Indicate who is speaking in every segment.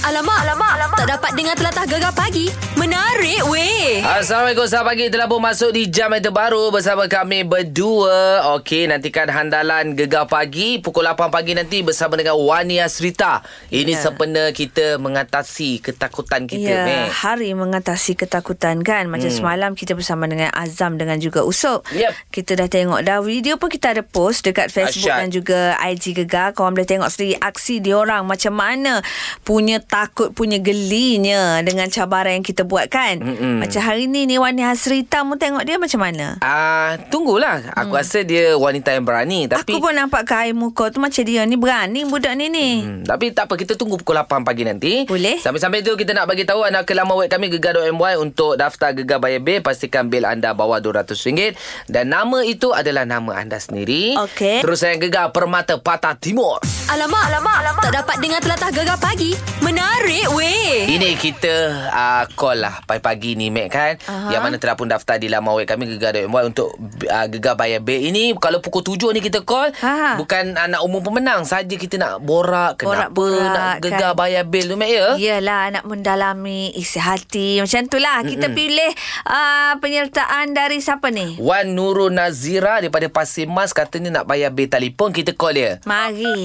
Speaker 1: Alamak, alamak, alamak. Tak dapat dengar telatah gegar pagi. Menarik weh.
Speaker 2: Assalamualaikum Selamat pagi Telah pun masuk di jam yang terbaru Bersama kami berdua Okey nantikan handalan Gegar Pagi Pukul 8 pagi nanti Bersama dengan Wani Asrita Ini
Speaker 3: Ya.
Speaker 2: sempena kita Mengatasi ketakutan kita
Speaker 3: ya,
Speaker 2: Meh.
Speaker 3: hari mengatasi ketakutan kan. Macam hmm. semalam kita bersama dengan Azam dengan juga Usop.
Speaker 2: Yep.
Speaker 3: Kita dah tengok dah video pun kita ada post dekat Facebook
Speaker 2: Asyad.
Speaker 3: dan juga IG Gegar. Korang boleh tengok sendiri aksi diorang macam mana punya takut, punya gelinya dengan cabaran yang kita buat kan. Mm-mm. Macam hari ni ni Wani Hasrita mu tengok dia macam mana?
Speaker 2: Ah, tunggulah. Aku rasa dia wanita yang berani tapi
Speaker 3: Hmm. Aku pun nampak ke air muka tu macam dia ni berani budak ni ni. Mm.
Speaker 2: Hmm, tapi tak apa kita tunggu pukul 8 pagi nanti.
Speaker 3: Boleh.
Speaker 2: Sampai-sampai tu kita nak bagi tahu anda ke laman web kami gegar.my untuk daftar gegar bayar bil pastikan bil anda bawah RM200 dan nama itu adalah nama anda sendiri.
Speaker 3: Okey.
Speaker 2: Terus saya gegar Permata Patah Timur.
Speaker 1: Alamak, alamak, alamak. Tak dapat dengar telatah gegar pagi. Menarik
Speaker 3: Eh.
Speaker 1: weh.
Speaker 2: Ini kita uh, call lah pagi-pagi ni Mac kan
Speaker 3: Aha.
Speaker 2: Yang mana telah pun daftar di laman web kami Gegar.my untuk uh, Gegar Bayar Bil Ini kalau pukul 7 ni kita call
Speaker 3: Ha.
Speaker 2: Bukan uh, nak umum pemenang saja kita nak borak Kenapa
Speaker 3: Borak-borak,
Speaker 2: nak Gegar
Speaker 3: kan.
Speaker 2: Bayar Bil tu Mac ya
Speaker 3: Yelah nak mendalami isi hati Macam tu lah Kita Mm-mm. pilih uh, penyertaan dari siapa ni?
Speaker 2: Wan Nurul Nazira daripada Pasir Mas katanya nak bayar bil telefon kita call dia.
Speaker 3: Mari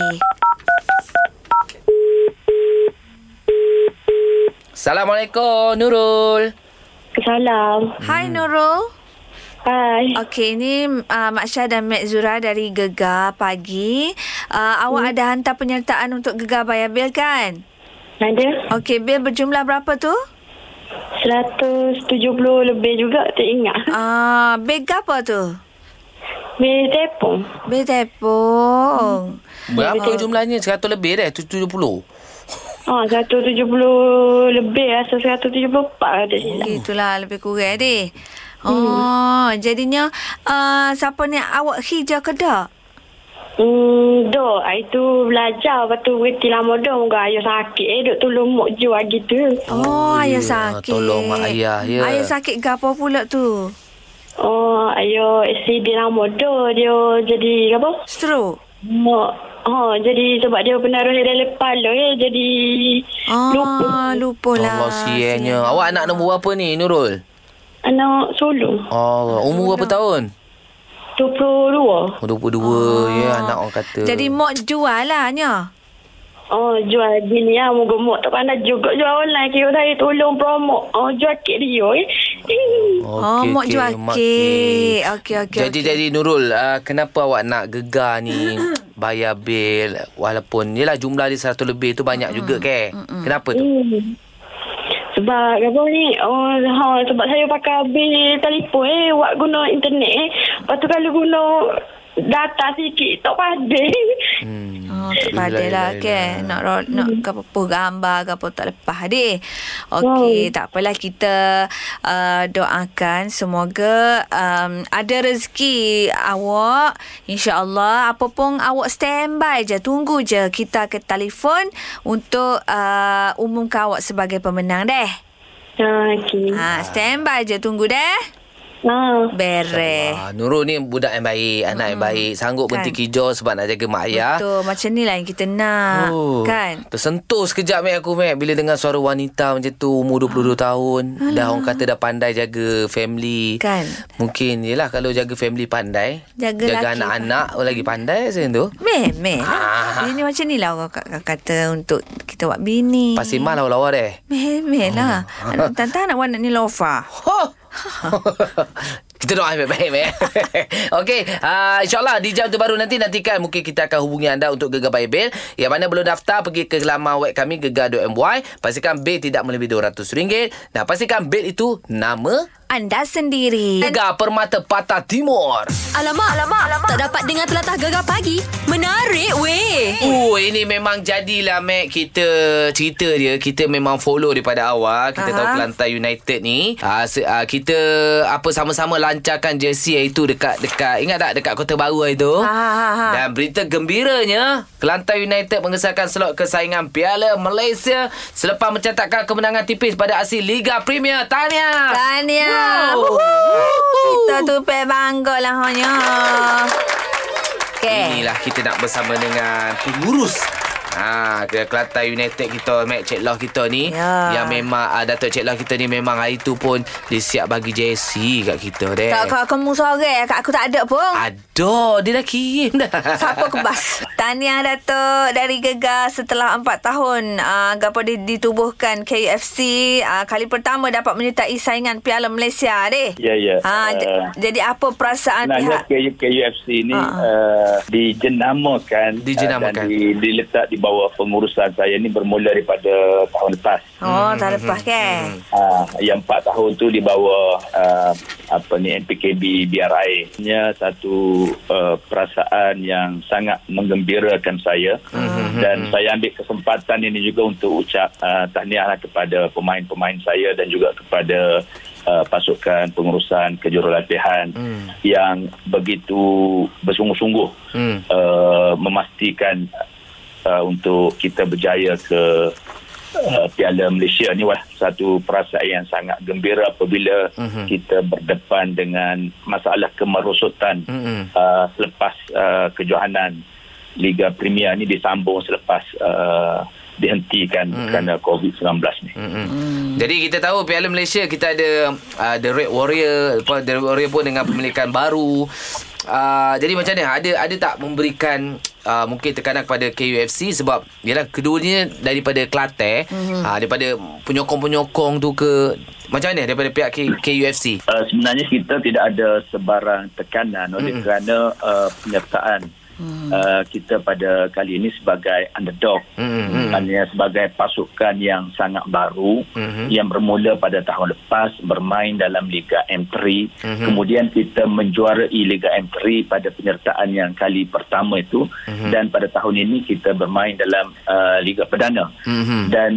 Speaker 2: Assalamualaikum Nurul.
Speaker 4: Salam.
Speaker 1: Mm.
Speaker 3: Hai Nurul
Speaker 4: Hai.
Speaker 3: Okey ni uh, Mak Syah dan Mek Zura dari Gegar pagi uh,
Speaker 1: Mm.
Speaker 3: Awak ada hantar penyertaan untuk Gegar Bayar Bil kan?
Speaker 4: Ada
Speaker 3: Okey bil berjumlah berapa tu?
Speaker 4: 170 lebih juga tak ingat.
Speaker 3: Uh, bil apa tu?
Speaker 4: Bil tepung.
Speaker 3: Bil tepung
Speaker 2: Berapa jumlahnya? 100 lebih dah, 70.
Speaker 4: Ah, 170 lebih rasa 174 ada silap.
Speaker 2: Hmm.
Speaker 3: Itulah lebih kurang deh Oh, jadinya uh, siapa ni awak hijau ke tak?
Speaker 4: Hmm, do, hari tu belajar lepas tu berhenti lama do muka ayah sakit eh duk tolong mak jual gitu.
Speaker 3: Oh,
Speaker 2: Oh,
Speaker 3: ayah
Speaker 2: ya.
Speaker 3: sakit.
Speaker 2: Tolong mak ayah, ya.
Speaker 3: Ayah sakit gapo pula tu?
Speaker 4: Oh, ayah accident lama do dia jadi apa?
Speaker 3: Stroke.
Speaker 4: Mak Oh, jadi sebab dia penaruh dalam kepala eh jadi
Speaker 3: Ah,
Speaker 4: lupa.
Speaker 3: lupa lah.
Speaker 2: Allah sianya. Awak anak nombor berapa ni Nurul?
Speaker 4: Anak sulung
Speaker 2: Allah, umur berapa tahun?
Speaker 4: 22.
Speaker 2: Oh, 22 ya anak orang kata.
Speaker 3: Ah. Jadi mak jual lah Nya.
Speaker 4: Oh, jual gini lah. Moga mak tak pandai juga jual online. Kira saya tolong promo. Oh, jual kek dia eh.
Speaker 3: Oh,
Speaker 2: Okey,
Speaker 3: mak
Speaker 2: okey,
Speaker 3: jual
Speaker 2: mak
Speaker 3: kek. Okey, okey,
Speaker 2: Jadi,
Speaker 3: okey.
Speaker 2: jadi Nurul, uh, kenapa awak nak gegar ni bayar bil walaupun yelah jumlah dia 100 lebih tu banyak juga ke? Kenapa tu?
Speaker 3: Mm.
Speaker 4: Hmm. Sebab apa ni? Oh, ha, sebab saya pakai bil telefon eh. Awak guna internet eh. Lepas tu kalau guna data sikit tak padai.
Speaker 2: Hmm.
Speaker 3: Oh,
Speaker 2: tak
Speaker 3: tak pandai
Speaker 2: boleh
Speaker 3: lah
Speaker 2: lain-lain
Speaker 3: kan. Nak ro- nak apa gambar ke apa tak lepas deh. Okey, tak apalah kita uh, doakan semoga um, ada rezeki awak. InsyaAllah apa pun awak standby je. Tunggu je kita ke telefon untuk uh, umumkan awak sebagai pemenang deh.
Speaker 4: Ha, okey.
Speaker 3: Ha, standby je tunggu deh.
Speaker 4: Ha.
Speaker 3: Beres.
Speaker 2: Ah, Nurul ni budak yang baik, anak yang baik. Sanggup
Speaker 3: Kan.
Speaker 2: berhenti kijau sebab nak jaga mak ayah. Oh.
Speaker 3: Betul, macam ni lah yang kita nak. Kan?
Speaker 2: Tersentuh sekejap Mek aku Mek Bila dengar suara wanita macam tu
Speaker 3: Ah.
Speaker 2: Umur 22 tahun Dah orang kata dah pandai jaga family
Speaker 3: Kan.
Speaker 2: Mungkin yelah kalau jaga family pandai
Speaker 3: Jaga
Speaker 2: jaga
Speaker 3: laki
Speaker 2: anak-anak oh, lagi pandai macam tu
Speaker 3: Meh, meh. Lah.
Speaker 2: Ah.
Speaker 3: Bini macam ni lah orang k- kata untuk kita buat bini.
Speaker 2: Pasti mal lawa-lawa deh
Speaker 3: Meh, meh lah.
Speaker 2: Oh.
Speaker 3: Anak tantang anak warna ni lofa.
Speaker 2: Ho! Kita doa baik-baik Mek Okey uh, InsyaAllah di jam terbaru nanti Nantikan mungkin kita akan hubungi anda Untuk Gegar by Bill Yang mana belum daftar Pergi ke laman web kami Gegar.my Pastikan bil tidak melebihi RM200 Dan pastikan bil itu Nama
Speaker 3: Anda sendiri.
Speaker 2: Gegar Permata Patah Timur.
Speaker 1: Alamak, alamak, alamak. Tak dapat dengar telatah gegar pagi. Menarik weh.
Speaker 2: Oh, ini memang jadilah Mac kita cerita dia. Kita memang follow daripada awal. Kita
Speaker 3: Aha.
Speaker 2: tahu Kelantan United ni. Uh, se- uh, kita apa sama-sama lancarkan jersey itu dekat dekat ingat tak dekat Kota Baru hari tu.
Speaker 3: Ha, ha, ha.
Speaker 2: Dan berita gembiranya, Kelantan United mengesahkan slot kesaingan Piala Malaysia selepas mencatatkan kemenangan tipis pada asli Liga Premier. Tahniah.
Speaker 3: Tahniah.
Speaker 2: Wow.
Speaker 3: Kita tu pe bangga lah hanya. Okay.
Speaker 2: Inilah kita nak bersama dengan pengurus Ha, ke Kelantan United kita, Mek Cik Loh kita ni.
Speaker 3: Ya.
Speaker 2: Yang memang, uh, Dato' Cik Loh kita ni memang hari tu pun dia siap bagi jersey kat kita deh.
Speaker 3: Tak kau kamu sorang kat aku tak ada
Speaker 2: Ah,
Speaker 3: pun.
Speaker 2: Aduh, dia dah kirim dah.
Speaker 3: Siapa kebas Tahniah Datuk Dari Gegar Setelah 4 tahun uh, Gapo di, ditubuhkan KFC uh, Kali pertama dapat menyertai Saingan Piala Malaysia deh
Speaker 5: Ya, ya.
Speaker 3: ha,
Speaker 5: Eh,
Speaker 3: uh, Jadi apa perasaan
Speaker 5: Sebenarnya
Speaker 3: pihak
Speaker 5: K- KUFC ni
Speaker 3: Ha.
Speaker 5: uh, dijenamakan,
Speaker 2: Dijenamakan.
Speaker 5: uh, dan di, diletak di bawah pengurusan saya ni bermula daripada tahun lepas.
Speaker 3: Oh tak lepas ke
Speaker 5: Uh, yang empat tahun tu di bawah uh, apa ni NPKB BRI nya satu uh, perasaan yang sangat menggembirakan saya dan saya ambil kesempatan ini juga untuk ucap uh, tahniahlah kepada pemain-pemain saya dan juga kepada uh, pasukan pengurusan kejurulatihan yang begitu bersungguh-sungguh
Speaker 2: Hmm.
Speaker 5: uh, memastikan uh, untuk kita berjaya ke uh, Piala Malaysia ni wah, satu perasaan yang sangat gembira apabila kita berdepan dengan masalah kemerosotan
Speaker 2: Mhm.
Speaker 5: uh, selepas uh, kejohanan Liga Premier ni disambung selepas uh, dihentikan kerana COVID-19 ni.
Speaker 2: Mm-mm. Hmm. Jadi kita tahu Piala Malaysia kita ada uh, The Red Warrior, lepas The Red Warrior pun dengan pemilikan baru. Uh, jadi macam ni ada ada tak memberikan uh, mungkin tekanan kepada KUFC sebab ialah keduanya daripada Kelantan, mm-hmm. uh, daripada penyokong-penyokong tu ke macam mana daripada pihak K, KUFC?
Speaker 5: Uh, sebenarnya kita tidak ada sebarang tekanan oleh mm. kerana uh, penyertaan mm. uh, kita pada kali ini sebagai underdog
Speaker 2: Mm, mm.
Speaker 5: maknanya sebagai pasukan yang sangat baru
Speaker 2: Mhm.
Speaker 5: yang bermula pada tahun lepas bermain dalam Liga M3 kemudian kita menjuarai Liga M3 pada penyertaan yang kali pertama itu dan pada tahun ini kita bermain dalam uh, Liga Perdana
Speaker 2: Mhm.
Speaker 5: dan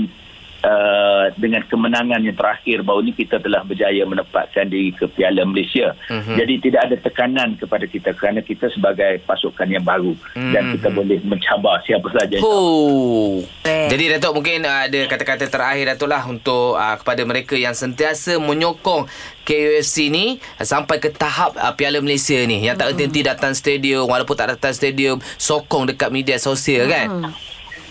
Speaker 5: uh, dengan kemenangan yang terakhir baru ni kita telah berjaya menempatkan diri ke Piala Malaysia. Mm-hmm. Jadi tidak ada tekanan kepada kita kerana kita sebagai pasukan yang baru mm-hmm. dan kita boleh mencabar siapa saja.
Speaker 2: Oh.
Speaker 3: Eh.
Speaker 2: Jadi Datuk mungkin uh, ada kata-kata terakhir Datuk lah untuk uh, kepada mereka yang sentiasa menyokong KUFC ni uh, sampai ke tahap uh, Piala Malaysia ni yang tak henti-henti
Speaker 3: Hmm.
Speaker 2: datang stadium walaupun tak datang stadium sokong dekat media sosial kan.
Speaker 3: Hmm.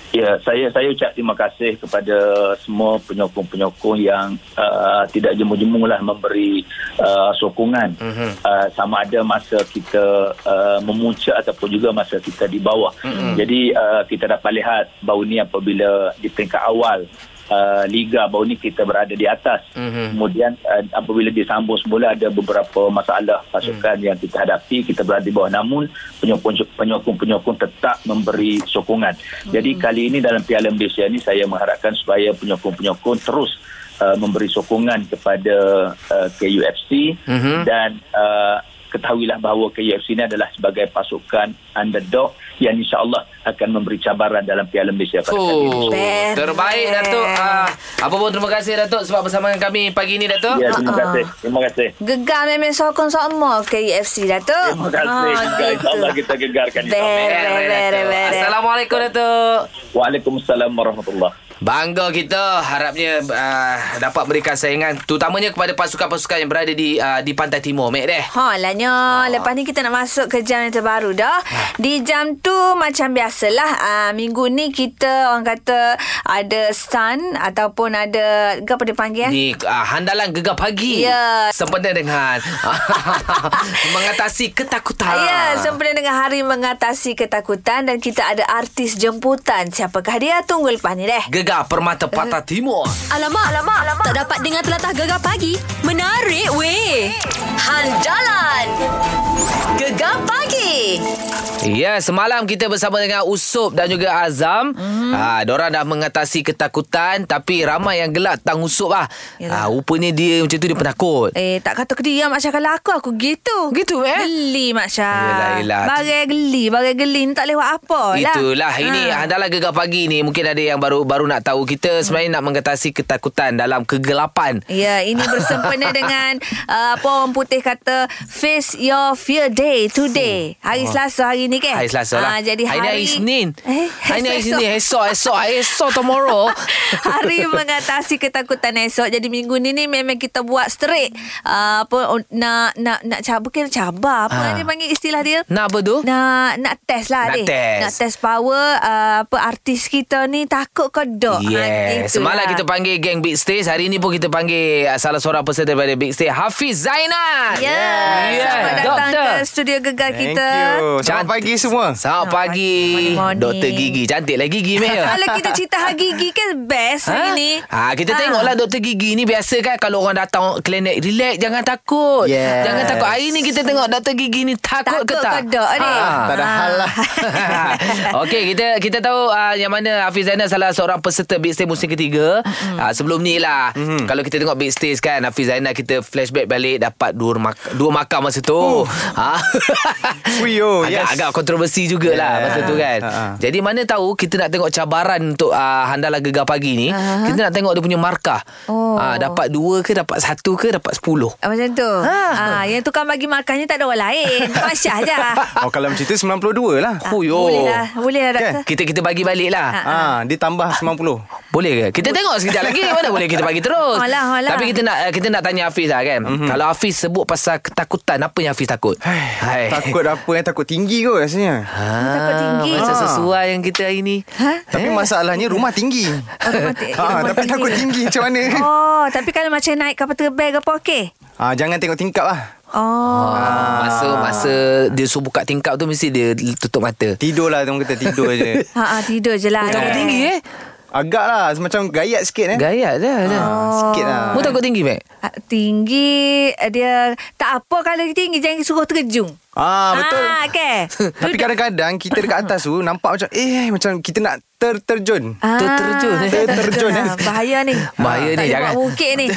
Speaker 5: Ya, saya saya ucap terima kasih kepada semua penyokong-penyokong yang uh, tidak jemu-jemu lah memberi uh, sokongan mm-hmm. uh, sama ada masa kita uh, memuncak ataupun juga masa kita di bawah. Mm-hmm. Jadi uh, kita dapat lihat baru ni apabila di peringkat awal uh, liga baru ni kita berada di atas. Mm-hmm. Kemudian uh, apabila disambung semula ada beberapa masalah pasukan mm. yang kita hadapi, kita berada di bawah namun penyokong- penyokong-penyokong tetap memberi sokongan. Mm. Jadi kali ini dalam Piala Malaysia ni saya mengharapkan supaya penyokong-penyokong terus uh, memberi sokongan kepada uh, KUFC mm-hmm. dan uh, ketahuilah bahawa KUFC ini adalah sebagai pasukan underdog yang insyaAllah akan memberi cabaran dalam Piala Malaysia pada kali ini.
Speaker 2: Oh,
Speaker 3: Best.
Speaker 2: terbaik Datuk. Uh, apa pun terima kasih Datuk sebab bersama dengan kami pagi ni Datuk.
Speaker 5: Ya, terima kasih. Terima kasih.
Speaker 3: Gegar memang sokong semua KFC Datuk
Speaker 5: Terima kasih.
Speaker 3: Ah,
Speaker 5: InsyaAllah
Speaker 3: gitu.
Speaker 5: kita gegarkan.
Speaker 3: Best.
Speaker 2: Best,
Speaker 5: insyaAllah.
Speaker 3: Best, best,
Speaker 2: Datuk.
Speaker 3: best.
Speaker 2: Assalamualaikum Datuk.
Speaker 5: Waalaikumsalam warahmatullahi
Speaker 2: Bangga kita harapnya uh, dapat berikan saingan terutamanya kepada pasukan-pasukan yang berada di uh, di pantai timur Mek deh.
Speaker 3: Ha, lanya. Ha. Lepas ni kita nak masuk ke jam yang terbaru dah. Di jam tu macam biasalah. Uh, minggu ni kita orang kata ada stun ataupun ada ke apa dia panggil eh?
Speaker 2: Ni uh, handalan gegar pagi.
Speaker 3: Ya.
Speaker 2: Sempena dengan mengatasi ketakutan.
Speaker 3: Ya, sempena dengan hari mengatasi ketakutan dan kita ada artis jemputan. Siapakah dia? Tunggu lepas ni deh.
Speaker 2: Gegar Permata Patah Timur.
Speaker 1: Alamak, alamak, alamak. Tak dapat dengar telatah gegar pagi. Menarik, weh. Hal jalan. Gegar pagi.
Speaker 2: Ya, semalam kita bersama dengan Usop dan juga Azam.
Speaker 3: Mhm.
Speaker 2: Mm. Ha, diorang dah mengatasi ketakutan tapi ramai yang gelak tang Usop lah.
Speaker 3: Yalah.
Speaker 2: Ha, rupanya dia macam tu dia penakut.
Speaker 3: Eh, tak kata ke dia, Mak Syah. Kalau aku, aku gitu. Gitu, eh? Geli, Mak Syah.
Speaker 2: Yelah, yelah.
Speaker 3: Bagai geli, bagai geli. Ni tak boleh buat apa lah.
Speaker 2: Itulah ini ya.
Speaker 3: Ha.
Speaker 2: handalah gegar pagi ni mungkin ada yang baru baru nak tahu
Speaker 3: Hmm.
Speaker 2: kita sebenarnya
Speaker 3: Eh.
Speaker 2: nak mengatasi ketakutan dalam kegelapan.
Speaker 3: Ya, ini bersempena dengan uh, apa orang putih boleh kata face your fear day today. Hari Selasa hari ni kan?
Speaker 2: Oh. Hari Selasa lah.
Speaker 3: Ah, jadi hari,
Speaker 2: Hari ni hari Isnin.
Speaker 3: Eh,
Speaker 2: Hari ni hari
Speaker 3: esok.
Speaker 2: Isnin. Esok, esok, esok tomorrow.
Speaker 3: Hari mengatasi ketakutan esok. Jadi minggu ni ni memang kita buat straight. Uh, apa oh, nak nak nak cabar bukan cabar apa
Speaker 2: Ah.
Speaker 3: dia panggil istilah dia?
Speaker 2: Nak apa tu?
Speaker 3: Nak nak test lah
Speaker 2: Oh. Nak
Speaker 3: adik.
Speaker 2: test.
Speaker 3: Nak test power uh, apa artis kita ni takut ke dok. Ha, lah.
Speaker 2: Yeah. Semalam kita panggil geng Big Stage. Hari ni pun kita panggil ah, salah seorang peserta daripada Big Stage, Hafiz Zainal.
Speaker 3: Ya, yeah. selamat datang
Speaker 2: Doktor.
Speaker 3: ke studio gegar
Speaker 6: Thank
Speaker 3: kita.
Speaker 6: you. Selamat
Speaker 2: Cantik.
Speaker 6: pagi semua.
Speaker 2: Selamat
Speaker 3: Selamat
Speaker 2: pagi.
Speaker 3: pagi. Morning, morning.
Speaker 2: Doktor Gigi. Cantik lah Gigi, Mel.
Speaker 3: Kalau kita cerita hari gigi kan best ha? hari ni.
Speaker 2: Ha, kita ha. tengoklah doktor gigi ni biasa kan kalau orang datang klinik relax jangan takut.
Speaker 6: Yes.
Speaker 2: Jangan takut. Hari ni kita tengok doktor gigi ni takut,
Speaker 3: Takut
Speaker 2: ke tak? Ha. Ah.
Speaker 3: ke tak, Adik?
Speaker 6: Tak ada hal lah.
Speaker 3: Oh.
Speaker 2: Okey, kita kita tahu uh, yang mana Hafiz Zainal salah seorang peserta Big Stage musim ketiga. Mm-hmm. Uh, sebelum ni lah. Mm-hmm. Kalau kita tengok Big Stage kan, Hafiz Zainal kita flashback balik dapat dua mak- dua makam masa tu. Ha.
Speaker 6: Ui, oh,
Speaker 2: agak,
Speaker 6: yes.
Speaker 2: agak kontroversi jugalah yeah.
Speaker 6: Yeah.
Speaker 2: masa tu kan.
Speaker 6: Ha, ha.
Speaker 2: Jadi mana tahu kita nak tengok cabaran untuk uh, handalah gegar pagi ni.
Speaker 3: Aha.
Speaker 2: Kita nak tengok dia punya markah.
Speaker 3: Ha, Oh.
Speaker 2: Ah, dapat dua ke dapat satu ke dapat sepuluh.
Speaker 3: Ah, macam tu. Ha. ha. yang tukang bagi makannya tak ada orang lain. Mak Syah je.
Speaker 6: Oh kalau macam tu 92 lah.
Speaker 2: Hui, oh.
Speaker 3: Boleh lah. Boleh lah doktor.
Speaker 2: Kita kita bagi balik lah.
Speaker 3: Ha.
Speaker 6: Ah, dia tambah 90.
Speaker 2: Boleh ke? Kita tengok sekejap lagi Mana boleh kita bagi terus
Speaker 3: Alah, alah.
Speaker 2: Tapi kita nak kita nak tanya Hafiz lah kan
Speaker 6: Mhm.
Speaker 2: mm-hmm. Kalau Hafiz sebut pasal ketakutan Apa yang Hafiz takut? Hai.
Speaker 6: Takut apa yang takut tinggi kot rasanya.
Speaker 2: ha,
Speaker 3: Takut tinggi.
Speaker 2: Macam
Speaker 6: Ah.
Speaker 2: sesuai yang kita hari ni Eh?
Speaker 3: Ha?
Speaker 6: Tapi masalahnya rumah tinggi.
Speaker 3: rumah ti- rumah
Speaker 6: Ah, tapi
Speaker 3: tinggi.
Speaker 6: takut tinggi macam mana?
Speaker 3: Oh, tapi kalau macam naik kapal terbang ke apa okey?
Speaker 6: Ah, jangan tengok tingkap lah.
Speaker 3: Oh.
Speaker 2: Ah. Masa masa dia suruh buka tingkap tu Mesti dia tutup mata
Speaker 6: Tidur lah orang kata tidur je.
Speaker 3: Ha, ha tidur je lah.
Speaker 2: Takut tinggi eh
Speaker 6: Agak lah Macam gayat sikit eh
Speaker 2: Gayat dah, dah.
Speaker 6: Ah, Sikit lah
Speaker 2: Mu takut tinggi Mac?
Speaker 3: Ah, Tinggi eh, dia tak apa kalau tinggi jangan suruh terjung.
Speaker 6: Ah betul
Speaker 3: Ah, okay.
Speaker 6: Tapi kadang-kadang Kita dekat atas tu Nampak macam Eh macam kita nak ter terjun
Speaker 2: Terterjun,
Speaker 3: tak-
Speaker 2: eh.
Speaker 3: tak-
Speaker 6: Terterjun, eh.
Speaker 3: ah, Bahaya ni.
Speaker 6: Ah.
Speaker 2: Bahaya
Speaker 3: tak
Speaker 2: ni
Speaker 3: boleh
Speaker 2: jangan.
Speaker 3: buat bukit ni.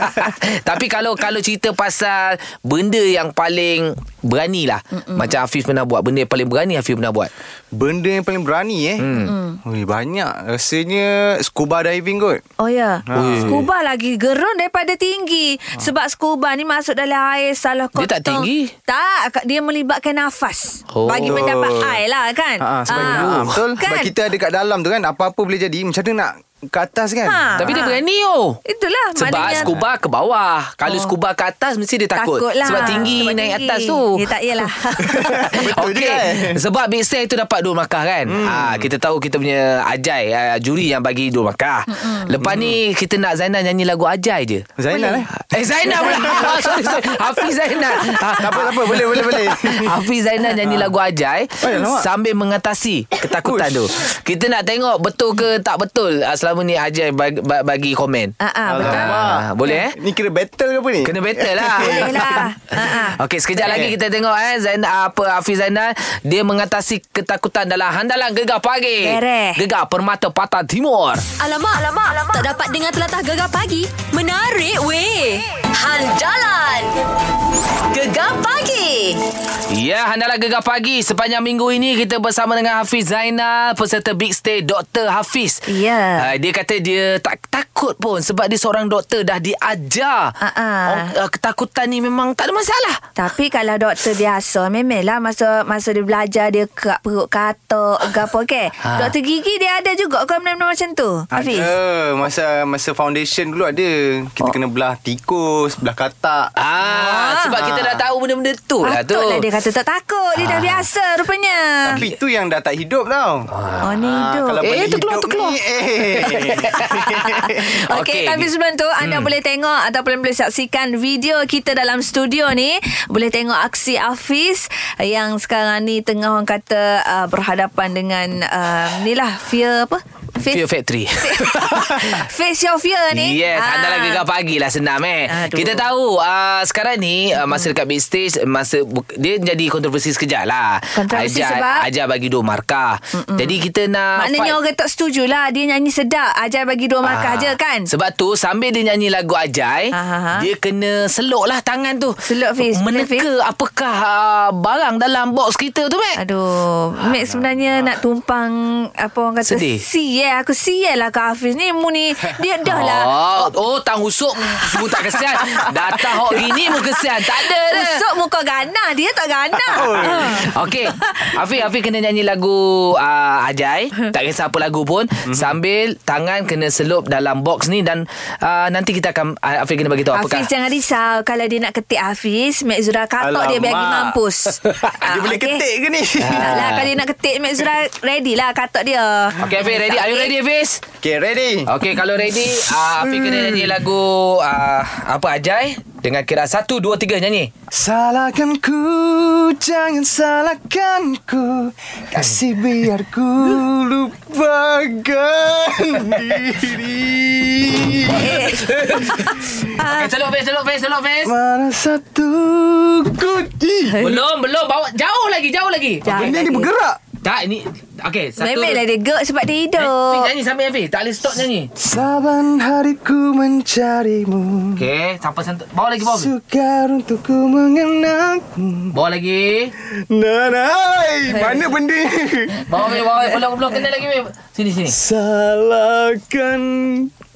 Speaker 2: Tapi kalau kalau cerita pasal benda yang paling berani lah. Macam Hafiz pernah buat. Benda yang paling berani Hafiz pernah buat.
Speaker 6: Benda yang paling berani eh hmm. Ui, Banyak Rasanya Scuba diving kot
Speaker 3: Oh ya
Speaker 6: Ah. Ui.
Speaker 3: Scuba lagi gerun daripada tinggi Sebab scuba ni masuk dalam air Salah
Speaker 2: Ah. Dia
Speaker 3: kotong
Speaker 2: tak tinggi?
Speaker 3: Tak Dia melibatkan nafas
Speaker 2: Oh.
Speaker 3: oh. Bagi mendapat air lah kan
Speaker 6: ha, sebab,
Speaker 3: Ah.
Speaker 6: ha, Betul kan? Sebab
Speaker 3: Kan?
Speaker 6: kita ada kat dalam tu kan Apa-apa boleh jadi Macam mana nak Ke atas kan
Speaker 3: Ha.
Speaker 2: Tapi dia
Speaker 3: Ah.
Speaker 2: berani oh.
Speaker 3: Itulah
Speaker 2: Sebab
Speaker 3: maknanya-
Speaker 2: scuba ke bawah. Kalau oh. scuba ke atas mesti dia takut.
Speaker 3: Takutlah.
Speaker 2: Sebab tinggi
Speaker 3: lah. Sebab
Speaker 2: naik
Speaker 3: tinggi.
Speaker 2: atas tu.
Speaker 3: Ya, tak yalah.
Speaker 6: Betul
Speaker 2: Okey.
Speaker 6: juga, eh.
Speaker 2: Sebab Big Star itu dapat dua markah kan. Hmm. Ha, kita tahu kita punya Ajai uh, juri yang bagi dua markah. Hmm. Lepas ni kita nak Zainal nyanyi lagu Ajai je.
Speaker 6: Zainal eh
Speaker 2: Eh Zainal pula Ah, Sorry sorry Hafiz Zainal Ah,
Speaker 6: Tak apa tak apa Boleh boleh boleh
Speaker 2: Hafiz Zainal nyanyi lagu Ajai
Speaker 6: Oh, ya, lawak.
Speaker 2: Sambil mengatasi Ketakutan tu Kita nak tengok Betul ke tak betul ah, Selama ni Ajai bagi, bagi komen
Speaker 3: Ah, ah, betul.
Speaker 2: Ah, Boleh eh
Speaker 6: Ni kira battle ke apa ni
Speaker 2: Kena battle lah
Speaker 3: Boleh lah. Ha, ha.
Speaker 2: Okey sekejap lagi kita tengok eh Zainal apa Hafiz Zainal dia mengatasi ketakutan dalam handalan gegar pagi.
Speaker 3: Beres.
Speaker 2: Gegar Permata Patah Timur.
Speaker 1: Alamak, alamak, alamak. Tak dapat dengar telatah gegar pagi. Menarik weh. Han Jalan. Gegar pagi.
Speaker 2: Ya, handalah gegar pagi. Sepanjang minggu ini kita bersama dengan Hafiz Zainal, peserta Big Stay Dr. Hafiz.
Speaker 3: Ya.
Speaker 2: Uh, dia kata dia tak takut pun sebab dia seorang doktor dah diajar.
Speaker 3: Ah, ah.
Speaker 2: uh, ketakutan ni memang tak ada masalah.
Speaker 3: Tapi kalau doktor biasa memanglah lah masa masa dia belajar dia kerak perut katak ke apa ke.
Speaker 2: Ha.
Speaker 3: Ha. Doktor gigi dia ada juga ke benda-benda macam tu. Hafiz.
Speaker 6: Ada Ah, Masa masa foundation dulu ada Kita oh. kena belah tikus Belah katak
Speaker 2: Ah, sebab kita dah tahu benda-benda tu lah tu.
Speaker 3: Patutlah dia kata tak takut Dia dah biasa rupanya
Speaker 6: Tapi tu yang dah tak hidup tau Ah,
Speaker 3: Oh ni hidup
Speaker 6: Kalau
Speaker 2: Eh,
Speaker 6: benda
Speaker 2: terkeluar,
Speaker 6: hidup
Speaker 2: terkeluar.
Speaker 6: ni, eh.
Speaker 2: Okey. Hmm.
Speaker 3: Okey, okay, tapi sebelum tu anda boleh tengok ataupun boleh saksikan video kita dalam studio ni. Boleh tengok aksi Hafiz yang sekarang ni tengah orang kata uh, berhadapan dengan uh, ni lah fear apa? Face,
Speaker 2: Fear Factory.
Speaker 3: face your fear ni.
Speaker 2: Yes,
Speaker 3: Ah.
Speaker 2: anda lagi gegar pagi lah senam eh.
Speaker 3: Aduh.
Speaker 2: Kita tahu uh, sekarang ni uh, masa dekat big stage masa bu- dia jadi kontroversi sekejap lah.
Speaker 3: Kontroversi sebab?
Speaker 2: ajar bagi dua markah. Mm-mm. Jadi kita nak
Speaker 3: Maknanya
Speaker 2: fight-
Speaker 3: orang tak setuju lah Dia nyanyi sedap Ajar bagi dua markah
Speaker 2: Ah,
Speaker 3: je kan
Speaker 2: Sebab tu sambil dia nyanyi lagu Ajai,
Speaker 3: Ah, ah, ah.
Speaker 2: dia kena selok lah tangan tu.
Speaker 3: Selok, Fiz. Boleh,
Speaker 2: Meneka
Speaker 3: Fiz?
Speaker 2: apakah uh, barang dalam box kita tu, Mek?
Speaker 3: Aduh, Mac sebenarnya nak tumpang apa orang kata
Speaker 2: Ah, Sedih.
Speaker 3: C eh. sial Aku sial lah Kak Hafiz ni Mu ni Dia dah lah
Speaker 2: Oh, oh tang usuk mu tak kesian. Datang hok gini mu kesian. Tak ada dah.
Speaker 3: Usuk muka ganah Dia tak ganah Ah.
Speaker 2: Okey. Afiq Afiq kena nyanyi lagu uh, Ajai, tak kisah apa lagu pun mm-hmm. sambil tangan kena selup dalam box ni dan uh, nanti kita akan uh, Afiq kena bagi tahu apakah.
Speaker 3: Hafiz jangan risau Kalau dia nak ketik Hafiz Mek Zura katok dia biar pergi
Speaker 6: Alamak.
Speaker 3: mampus Ah,
Speaker 6: Dia boleh ketik ke ni?
Speaker 3: Tak lah Kalau dia nak ketik Mek Zura ready lah katok dia
Speaker 2: Okey Afiq ready? Are you ready Hafiz?
Speaker 6: Okay, ready?
Speaker 2: Okey kalau ready uh, Afiq kena nyanyi lagu uh, apa Ajai dengan kira 1 2 3 nyanyi.
Speaker 6: Salahkan ku, jangan salahkan ku Kasih biar ku lupakan diri
Speaker 3: Eh,
Speaker 2: Okey selup Hafiz, selup Hafiz, selup Hafiz.
Speaker 6: Mana satu ku Ih,
Speaker 2: Belum, belum bawa jauh lagi, jauh lagi.
Speaker 3: Jauh.
Speaker 6: Ini dia bergerak
Speaker 2: Tak ini okey satu.
Speaker 3: Memek lah dia gerd sebab dia
Speaker 2: Afiq
Speaker 3: hidup
Speaker 2: nyanyi sampai Afiq, tak boleh stop nyanyi.
Speaker 6: Saban hariku mencarimu
Speaker 2: Okey, sampai sentuh. Bawa lagi, bawa. Afiq.
Speaker 6: Sukar untuk ku mengenangmu
Speaker 2: Bawa lagi.
Speaker 6: Nanai, eh, mana benda ni?
Speaker 2: Bawa weh, bawa weh. Belum, belum kena lagi weh. Sini, sini.
Speaker 6: Salahkan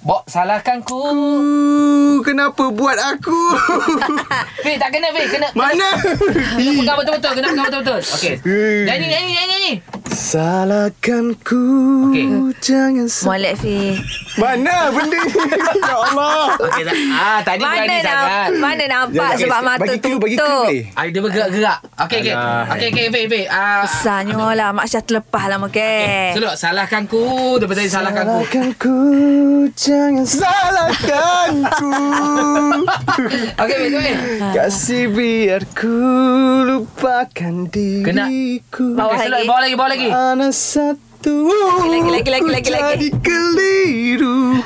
Speaker 2: Bok, salahkan ku.
Speaker 6: ku Hmm, Kenapa buat aku
Speaker 2: Weh, tak kena weh. Kena.
Speaker 6: Mana
Speaker 2: Kena pegang betul-betul. Kena pegang betul-betul. Okey. Nyanyi, nyanyi, nyanyi, nyanyi.
Speaker 6: Salahkan ku
Speaker 2: Okey.
Speaker 6: Jangan sa-
Speaker 3: Molek Fi
Speaker 6: Mana benda ni Ya Allah
Speaker 2: Okey, tak. Ah, tadi
Speaker 3: Mana
Speaker 2: berani
Speaker 3: nak
Speaker 2: sangat. Ya,
Speaker 3: Mana nampak
Speaker 6: Jangan-
Speaker 3: Sebab mata
Speaker 6: bagi clue,
Speaker 3: tutup
Speaker 6: Bagi clue boleh
Speaker 2: Ah, dia bergerak-gerak. Okey, okey.
Speaker 6: Alah.
Speaker 2: Okey, okey, weh, weh. Ah,
Speaker 3: Besarnya lah Mak Syah terlepas lah Mekek
Speaker 2: Selok, salahkan ku. Dia tadi salahkan ku.
Speaker 6: Salahkan ku Jangan salahkan ku
Speaker 2: Okey, weh, weh.
Speaker 6: Kasih biar ku Lupakan
Speaker 2: Kena.
Speaker 6: diriku
Speaker 3: Bawah
Speaker 2: Okey, selok.
Speaker 3: lagi.
Speaker 2: Bawa lagi, bawa lagi.
Speaker 6: Anak satu
Speaker 3: lagi, lagi, lagi,
Speaker 6: ku
Speaker 3: lagi, lagi.
Speaker 6: Jadi keliru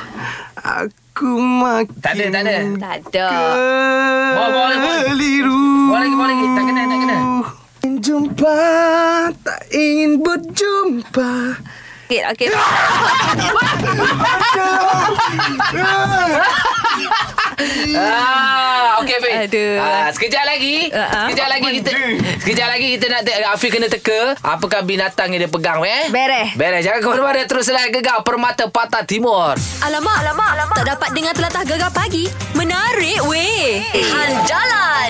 Speaker 6: Aku makin
Speaker 2: Tak ada, tak ada. Ah.
Speaker 3: Tak ada
Speaker 2: Bawa, bawa lagi, bawa.
Speaker 6: Keliru
Speaker 2: Bawa lagi, bawa lagi. Tak kena, tak kena.
Speaker 6: Ingin jumpa Tak ingin berjumpa
Speaker 3: Okey okey
Speaker 2: Ah, okey Fik.
Speaker 3: Aduh.
Speaker 2: Ah, sekejap lagi.
Speaker 3: Ah, ah.
Speaker 2: Sekejap lagi kita sekejap lagi kita nak te- Afiq kena teka apakah binatang yang dia pegang eh?
Speaker 3: Beres.
Speaker 2: Beres. Jangan ke mana-mana teruslah gegar Permata Patah Timur.
Speaker 1: Alamak, alamak, alamak. Tak dapat dengar telatah gegar pagi. Menarik weh. Han Jalan.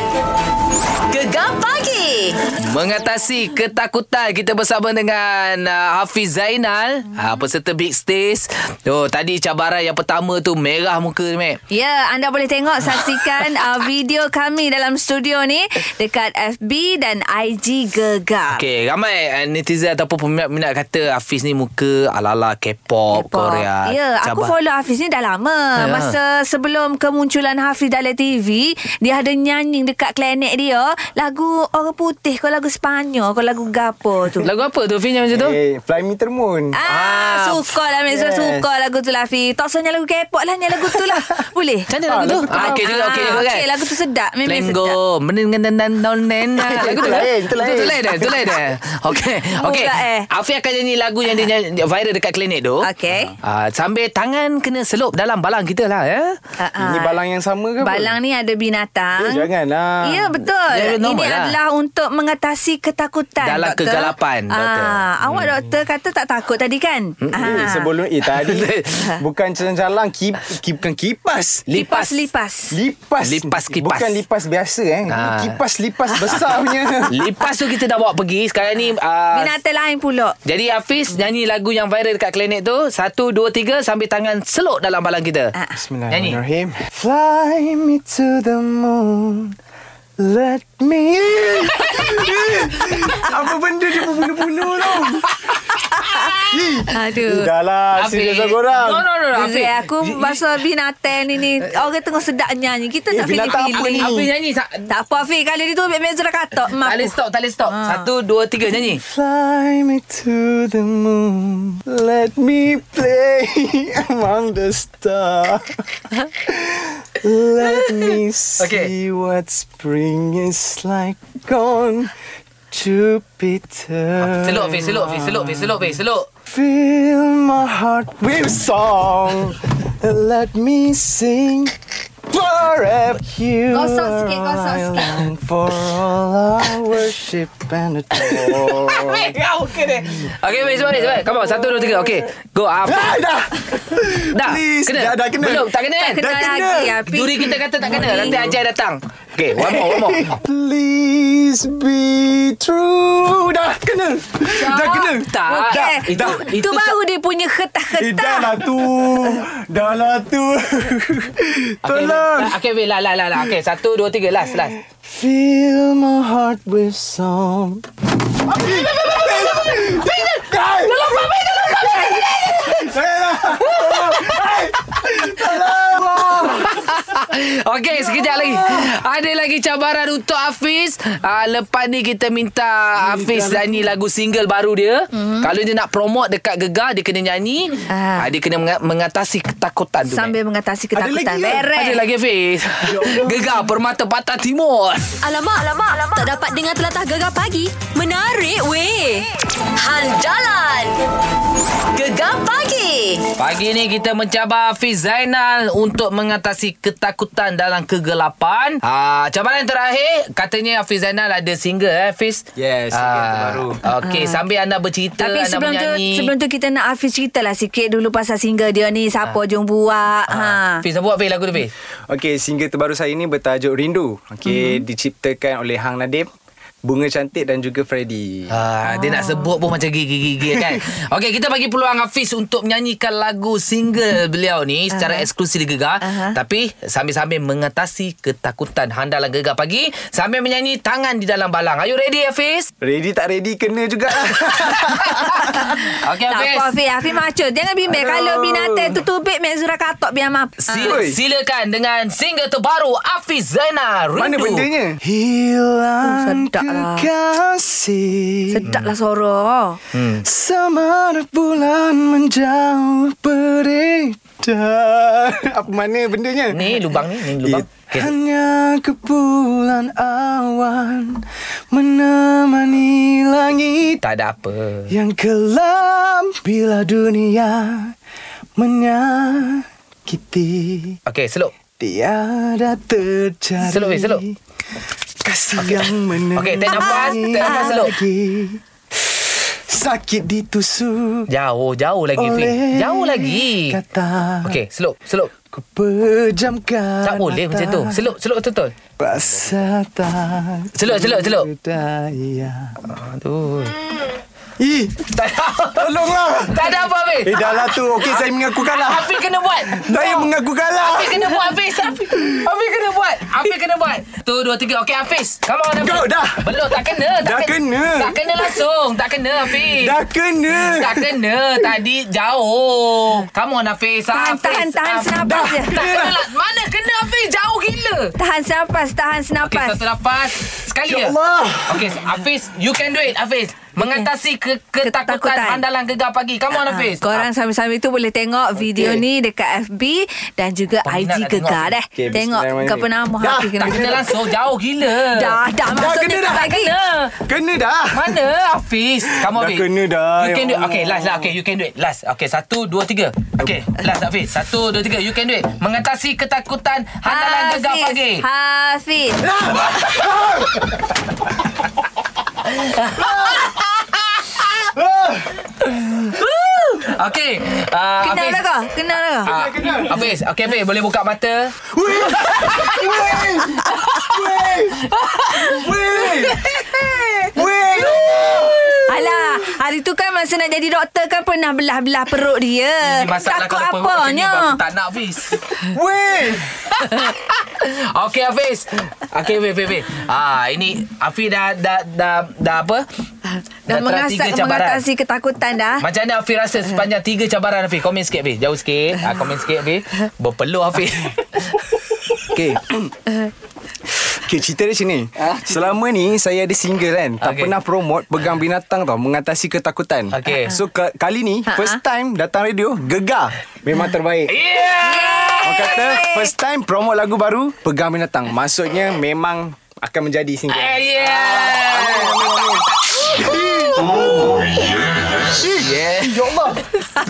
Speaker 1: Gegar pagi.
Speaker 2: Mengatasi ketakutan kita bersama dengan uh, Hafiz Zainal, uh, peserta Big Stage. Oh, tadi cabaran yang pertama tu merah muka ni, Mek.
Speaker 3: Ya, anda boleh tengok saksikan uh, video kami dalam studio ni dekat FB dan IG Gegar. Okay.
Speaker 2: Okay, ramai uh, netizen ataupun peminat-peminat kata Hafiz ni muka ala-ala K-pop, Oh, Korea.
Speaker 3: Ya, aku
Speaker 2: Cabar-
Speaker 3: follow Hafiz ni dah lama. Ya.
Speaker 2: Ya.
Speaker 3: Masa sebelum kemunculan Hafiz dalam TV, dia ada nyanyi dekat klinik dia lagu orang putih, kau lagu Sepanyol, kau lagu gapo tu.
Speaker 2: Lagu apa tu Fin yang macam tu?
Speaker 6: Eh, fly me termun
Speaker 2: Ah,
Speaker 3: Ah, suka lah Mek Zul
Speaker 6: yes.
Speaker 3: Suka lagu tu lah Fi Tak usah nyanyi lagu K-pop lah Nyanyi lagu tu lah Boleh
Speaker 2: Macam mana lagu tu? Ah, okey juga, okey juga kan?
Speaker 3: Okey lagu tu sedap Memang sedap
Speaker 2: Flengo Meningan dan dan dan nena Lagu tu
Speaker 6: Itu
Speaker 2: kan?
Speaker 6: lain, itu lain.
Speaker 2: Itu lain dah Itu lain dah Okey Okey
Speaker 3: Murah, eh.
Speaker 2: Afiq akan nyanyi lagu yang dia nyanyi viral dekat klinik tu
Speaker 3: Okey.
Speaker 2: Ah, Sambil tangan kena selup dalam balang kita lah ya
Speaker 3: Ah,
Speaker 6: Ini
Speaker 3: ah.
Speaker 6: balang yang sama ke apa?
Speaker 3: Balang ni ada binatang.
Speaker 6: Eh, janganlah.
Speaker 3: Ya, betul.
Speaker 2: Ya,
Speaker 3: Ini
Speaker 2: normal lah.
Speaker 3: adalah untuk mengatasi ketakutan,
Speaker 2: Dalam
Speaker 3: doktor.
Speaker 2: kegelapan, doktor. Hmm.
Speaker 3: Ah, Awak doktor kata tak takut tadi kan?
Speaker 6: Eh, sebelum Eh tadi Bukan calang-calang kip, kip, Bukan kipas
Speaker 3: Lipas, lipas.
Speaker 6: Lipas
Speaker 2: Lipas kipas.
Speaker 6: Bukan lipas biasa eh
Speaker 2: Ah.
Speaker 6: Kipas-lipas besar punya
Speaker 2: Lipas tu kita dah bawa pergi Sekarang ni ah,
Speaker 3: Binatang lain pula.
Speaker 2: Jadi Hafiz nyanyi lagu yang viral dekat klinik tu Satu, dua, tiga Sambil tangan selup dalam balang kita
Speaker 3: Ah.
Speaker 6: Bismillahirrahmanirrahim. Fly me to the moon. Let me in. Apa benda dia bunuh-bunuh tu?
Speaker 3: Aduh.
Speaker 6: Dah lah,
Speaker 2: Hafiz.
Speaker 6: serius lah
Speaker 2: No,
Speaker 6: korang.
Speaker 2: no, no, no
Speaker 3: Zul,
Speaker 2: Hafiz
Speaker 3: aku masa binatang ni ni Orang tengah sedap nyanyi Kita
Speaker 6: Eh,
Speaker 3: tak
Speaker 6: binatang apa
Speaker 3: pilih-pilih
Speaker 6: ni?
Speaker 2: Hafiz nyanyi Tak
Speaker 3: Tak apa Fik Kali ni tu Mek Zura katok
Speaker 2: tak boleh stop, tak boleh stop Satu, dua, tiga nyanyi
Speaker 6: Fly me to the moon. Let me play among the stars. Let me see
Speaker 2: Okay.
Speaker 6: what spring is like on Jupiter.
Speaker 2: Selok Fiz, selok Fiz, selok Fiz, selok Fiz, selok
Speaker 6: Fill my heart with song and let me sing. Wah! forever. You
Speaker 3: Gosok sikit, gosok
Speaker 6: are my
Speaker 3: sikit.
Speaker 6: lamb for all our worship and adore.
Speaker 2: Kau kena Okay wait sebab sebab Come on Satu dua tiga Okay Go up
Speaker 6: ah, dah.
Speaker 2: Dah
Speaker 6: Please,
Speaker 2: kena.
Speaker 6: dah, dah kena.
Speaker 2: Belum tak kena kan
Speaker 3: Tak kena
Speaker 6: Dah kena.
Speaker 3: lagi Api.
Speaker 2: Juri kita kata tak kena Nanti Ajay datang Okay one more one more
Speaker 6: Please be true. Dah kena. Dah kena.
Speaker 2: Tak
Speaker 3: Okey.
Speaker 2: Itu,
Speaker 6: Dah.
Speaker 3: Itu baru dia punya
Speaker 6: Eh, dah
Speaker 3: ketah-ketah.
Speaker 6: lah tu. Dah lah tu. Tolong.
Speaker 2: Okay, okay wait lah lah lah lah. Okay satu dua tiga last last
Speaker 6: Fill my heart with song. Tolong babi, tolong
Speaker 2: Okey, sekejap lagi. Ada lagi cabaran untuk Hafiz. Uh, lepas ni kita minta Hafiz nyanyi lagu single baru dia. Mm-hmm. Kalau dia nak promote dekat Gegar, dia kena nyanyi.
Speaker 3: Ah.
Speaker 2: Uh, dia kena menga- mengatasi ketakutan tu.
Speaker 3: Sambil mengatasi ketakutan.
Speaker 6: lagi ke?
Speaker 2: Mek.
Speaker 3: Beres.
Speaker 2: Ada lagi Hafiz. Gegar Permata Patah Timur.
Speaker 1: Alamak, alamak, alamak. Tak dapat dengar telatah gegar pagi. Menarik weh. Hal jalan. Gegar pagi.
Speaker 2: Pagi ni kita mencabar Hafiz Zainal untuk mengatasi ketakutan dalam kegelapan. Ah, cabaran terakhir katanya Hafiz Zainal ada single eh Hafiz. Ah,
Speaker 6: Yes, single terbaru.
Speaker 2: Okey, sambil anda bercerita
Speaker 3: Ah. Tapi
Speaker 2: anda
Speaker 3: sebelum tu
Speaker 2: menyanyi.
Speaker 3: sebelum tu kita nak Hafiz ceritalah sikit dulu pasal single dia ni siapa
Speaker 2: Ah.
Speaker 3: jom buat. Ha.
Speaker 2: Ha. Fiz dah buat Fiz lagu tu Fiz
Speaker 7: Okey, single terbaru saya ni bertajuk Rindu. Okey, mm-hmm. diciptakan oleh Hang Nadim, Bunga Cantik dan juga Freddy.
Speaker 2: Ah, dia nak sebut pun macam gigi-gigi kan Okey kita bagi peluang Hafiz Untuk menyanyikan lagu single beliau ni Secara eksklusif di Gegar
Speaker 3: Aha.
Speaker 2: Tapi sambil-sambil mengatasi ketakutan Handalan Gegar pagi Sambil menyanyi tangan di dalam balang Are you ready Hafiz?
Speaker 7: Ready tak ready kena juga.
Speaker 2: Okey
Speaker 3: Tak apa
Speaker 2: Hafiz
Speaker 3: Hafiz Hafiz macam Jangan bimbang Kalau binatang tu tubik Mek Zura katok biar Ha. map
Speaker 2: Sila,
Speaker 7: Oi.
Speaker 2: silakan dengan single terbaru Hafiz Zainal
Speaker 7: Mana
Speaker 2: Rindu
Speaker 7: bendanya?
Speaker 6: Hilang
Speaker 3: Oh, sedap lah.
Speaker 6: kekasih
Speaker 3: Sedaplah suara
Speaker 6: Samar bulan menjauh beredar Apa mana bendanya?
Speaker 2: Ni lubang ni, ni lubang Okey.
Speaker 6: Hanya kepulan awan Menemani langit
Speaker 2: Tak ada apa
Speaker 6: Yang kelam bila dunia Menyakiti
Speaker 2: Okey slow
Speaker 6: Tiada tercari
Speaker 2: Selok, weh, selok.
Speaker 6: Kasih yang menemani
Speaker 2: eh, Okey, tarik nafas, tarik nafas, selok.
Speaker 6: lagi. Sakit ditusuk
Speaker 2: Jauh, jauh lagi Fiz
Speaker 6: Oleh
Speaker 2: Jauh lagi
Speaker 6: Kata
Speaker 2: Okey slow, slow
Speaker 6: Ku pejamkan
Speaker 2: Tak boleh macam tu. Seluk, seluk betul-betul.
Speaker 6: Rasa tak
Speaker 2: Celup, celup, celup.
Speaker 6: berdaya.
Speaker 2: Aduh.
Speaker 6: Ih
Speaker 2: Tak ada,
Speaker 6: Tolonglah
Speaker 2: tak ada apa, Hafiz.
Speaker 6: Eh dah lah tu Okey saya lah. mengaku kalah
Speaker 2: Hafiz kena buat.
Speaker 6: Saya mengaku kalah
Speaker 2: Hafiz kena buat, Hafiz. Hafiz, Hafiz kena buat. Hafiz kena buat. Tu, dua, tiga. Okey, Hafiz. Come on, Hafiz.
Speaker 6: Go, dah.
Speaker 2: Belum, tak kena. Tak
Speaker 6: Dah kena.
Speaker 2: Tak kena langsung. Tak kena, Hafiz.
Speaker 6: Dah kena
Speaker 2: Tak kena Tadi jauh Come on Hafiz
Speaker 3: Tahan,
Speaker 2: Hafiz,
Speaker 3: tahan, tahan
Speaker 2: Hafiz.
Speaker 3: senapas
Speaker 2: Dah,
Speaker 3: dia.
Speaker 2: Tak kena lah Mana kena Hafiz Jauh gila
Speaker 3: Tahan senapas Tahan
Speaker 2: Okey
Speaker 3: senapas
Speaker 2: satu nafas Sekali ya
Speaker 6: Allah
Speaker 2: Okay, Hafiz, you can do it, Hafiz. Mengatasi ke- ketakutan,
Speaker 3: Ketakutan.
Speaker 2: andalan gegar pagi. Come on,
Speaker 3: Ah,
Speaker 2: Hafiz.
Speaker 3: Korang sambil-sambil tu boleh tengok video ni dekat FB dan juga
Speaker 2: Peminat
Speaker 3: IG
Speaker 2: nak
Speaker 3: Gegar
Speaker 2: tengok.
Speaker 3: dah.
Speaker 7: Okey,
Speaker 3: eh. tengok
Speaker 7: bismillahirrahmanirrahim.
Speaker 3: ke penama
Speaker 6: Dah,
Speaker 3: hati kena.
Speaker 2: tak kena langsung, jauh gila.
Speaker 3: Dah, dah maksudnya
Speaker 6: kena
Speaker 3: tak
Speaker 6: dah.
Speaker 3: lagi.
Speaker 6: Kena dah
Speaker 2: Mana, Hafiz? Come on,
Speaker 7: Dah
Speaker 2: Hafiz.
Speaker 7: kena dah,
Speaker 2: You
Speaker 7: ya
Speaker 2: can do it.
Speaker 7: Allah.
Speaker 2: Okay, last lah. Okay, you can do it. Last. Okay, satu, dua, tiga. Okay, last, Hafiz. Satu, dua, tiga. You can do it. Mengatasi ketakutan andalan gegar pagi.
Speaker 3: Hafiz, Ha- Hafiz.
Speaker 2: Okay. Uh,
Speaker 3: Kena
Speaker 2: Hafiz.
Speaker 3: lah kau. Kena lah kau.
Speaker 2: Ah, Hafiz, okay, Hafiz. Boleh buka mata.
Speaker 6: Weh Weh Weh Weh Weh
Speaker 3: Alah, hari tu kan masa nak jadi doktor kan pernah belah-belah perut dia.
Speaker 2: Ini masalah
Speaker 3: Eh, Takut
Speaker 2: kalau perut macam ni,
Speaker 3: apanya.
Speaker 2: aku Tak nak, Hafiz.
Speaker 6: Weh
Speaker 2: Okey Hafiz. Okey Hafiz, Hafiz, Hafiz. Ah ini Hafiz dah dah dah, dah apa?
Speaker 3: Dah
Speaker 2: try
Speaker 3: mengasah
Speaker 2: tiga
Speaker 3: mengatasi ketakutan dah.
Speaker 2: Macam mana Hafiz rasa sepanjang tiga cabaran Hafiz? Komen sikit Hafiz. Jauh sikit. Ah, komen sikit Hafiz. Berpeluh Hafiz.
Speaker 7: Okey. Okey, cerita dia sini. Selama ni saya ada single kan. Tak
Speaker 2: Ah. Okey. Ah.
Speaker 7: pernah promote pegang binatang tau mengatasi ketakutan.
Speaker 2: Okey.
Speaker 7: So ka- kali ni first time datang radio gegar. Memang terbaik.
Speaker 2: yeah!
Speaker 7: Orang kata first time promote lagu baru pegang binatang. Maksudnya memang akan
Speaker 2: Eh, ya.
Speaker 7: menjadi single.
Speaker 2: Yeah! Yeah.
Speaker 8: Ya Allah.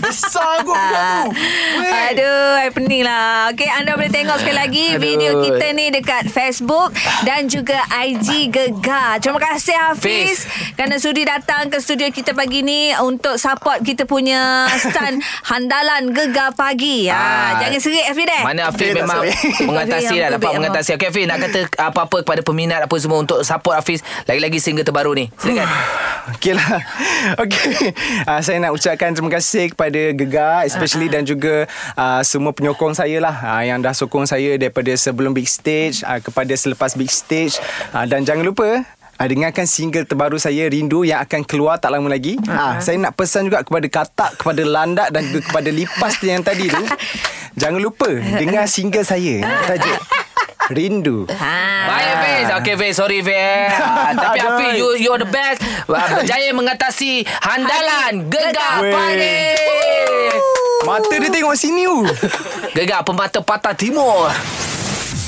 Speaker 8: Besar kot budak tu.
Speaker 2: Ah.
Speaker 8: Weh.
Speaker 3: Aduh, I pening lah. Okey, anda boleh tengok sekali lagi Aduh.
Speaker 2: Aduh.
Speaker 3: video kita ni dekat Facebook dan juga IG Gegar. Terima kasih Hafiz kerana sudi datang ke studio kita pagi ni untuk support kita punya stand handalan Gegar pagi.
Speaker 2: Ah.
Speaker 3: Ha, jangan serik Hafiz deh.
Speaker 2: Mana Afiq
Speaker 8: Lebih tak
Speaker 2: memang
Speaker 8: sorry.
Speaker 2: mengatasi
Speaker 3: Lebih
Speaker 2: dah
Speaker 3: yang
Speaker 2: dapat
Speaker 3: lebih
Speaker 2: mengatasi. Okey Afiq nak kata apa-apa kepada peminat apa semua untuk support Hafiz lagi-lagi single terbaru ni. Silakan.
Speaker 6: Okey lah Okey uh, Saya nak ucapkan terima kasih kepada Gegar Especially dan juga uh, Semua penyokong saya lah uh, Yang dah sokong saya Daripada sebelum big stage uh, Kepada selepas big stage uh, Dan jangan lupa Uh, dengarkan single terbaru saya Rindu yang akan keluar tak lama lagi. Uh-huh. saya nak pesan juga kepada Katak, kepada Landak dan juga kepada Lipas yang tadi tu. Jangan lupa dengar single saya. Tajuk Rindu.
Speaker 3: Ha.
Speaker 2: Baik Fiz Okay Fiz Sorry Fiz ah, Tapi
Speaker 6: Aduh.
Speaker 2: Hafiz you, You're the best Ah, Berjaya mengatasi Handalan Gegar
Speaker 6: Weh.
Speaker 2: Pagi
Speaker 6: Mata dia tengok sini oh. tu.
Speaker 2: Gegar pemata patah timur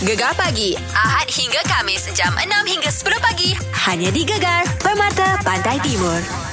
Speaker 9: Gegar pagi Ahad hingga Kamis jam 6 hingga 10 pagi hanya di Gegar Permata Pantai Timur.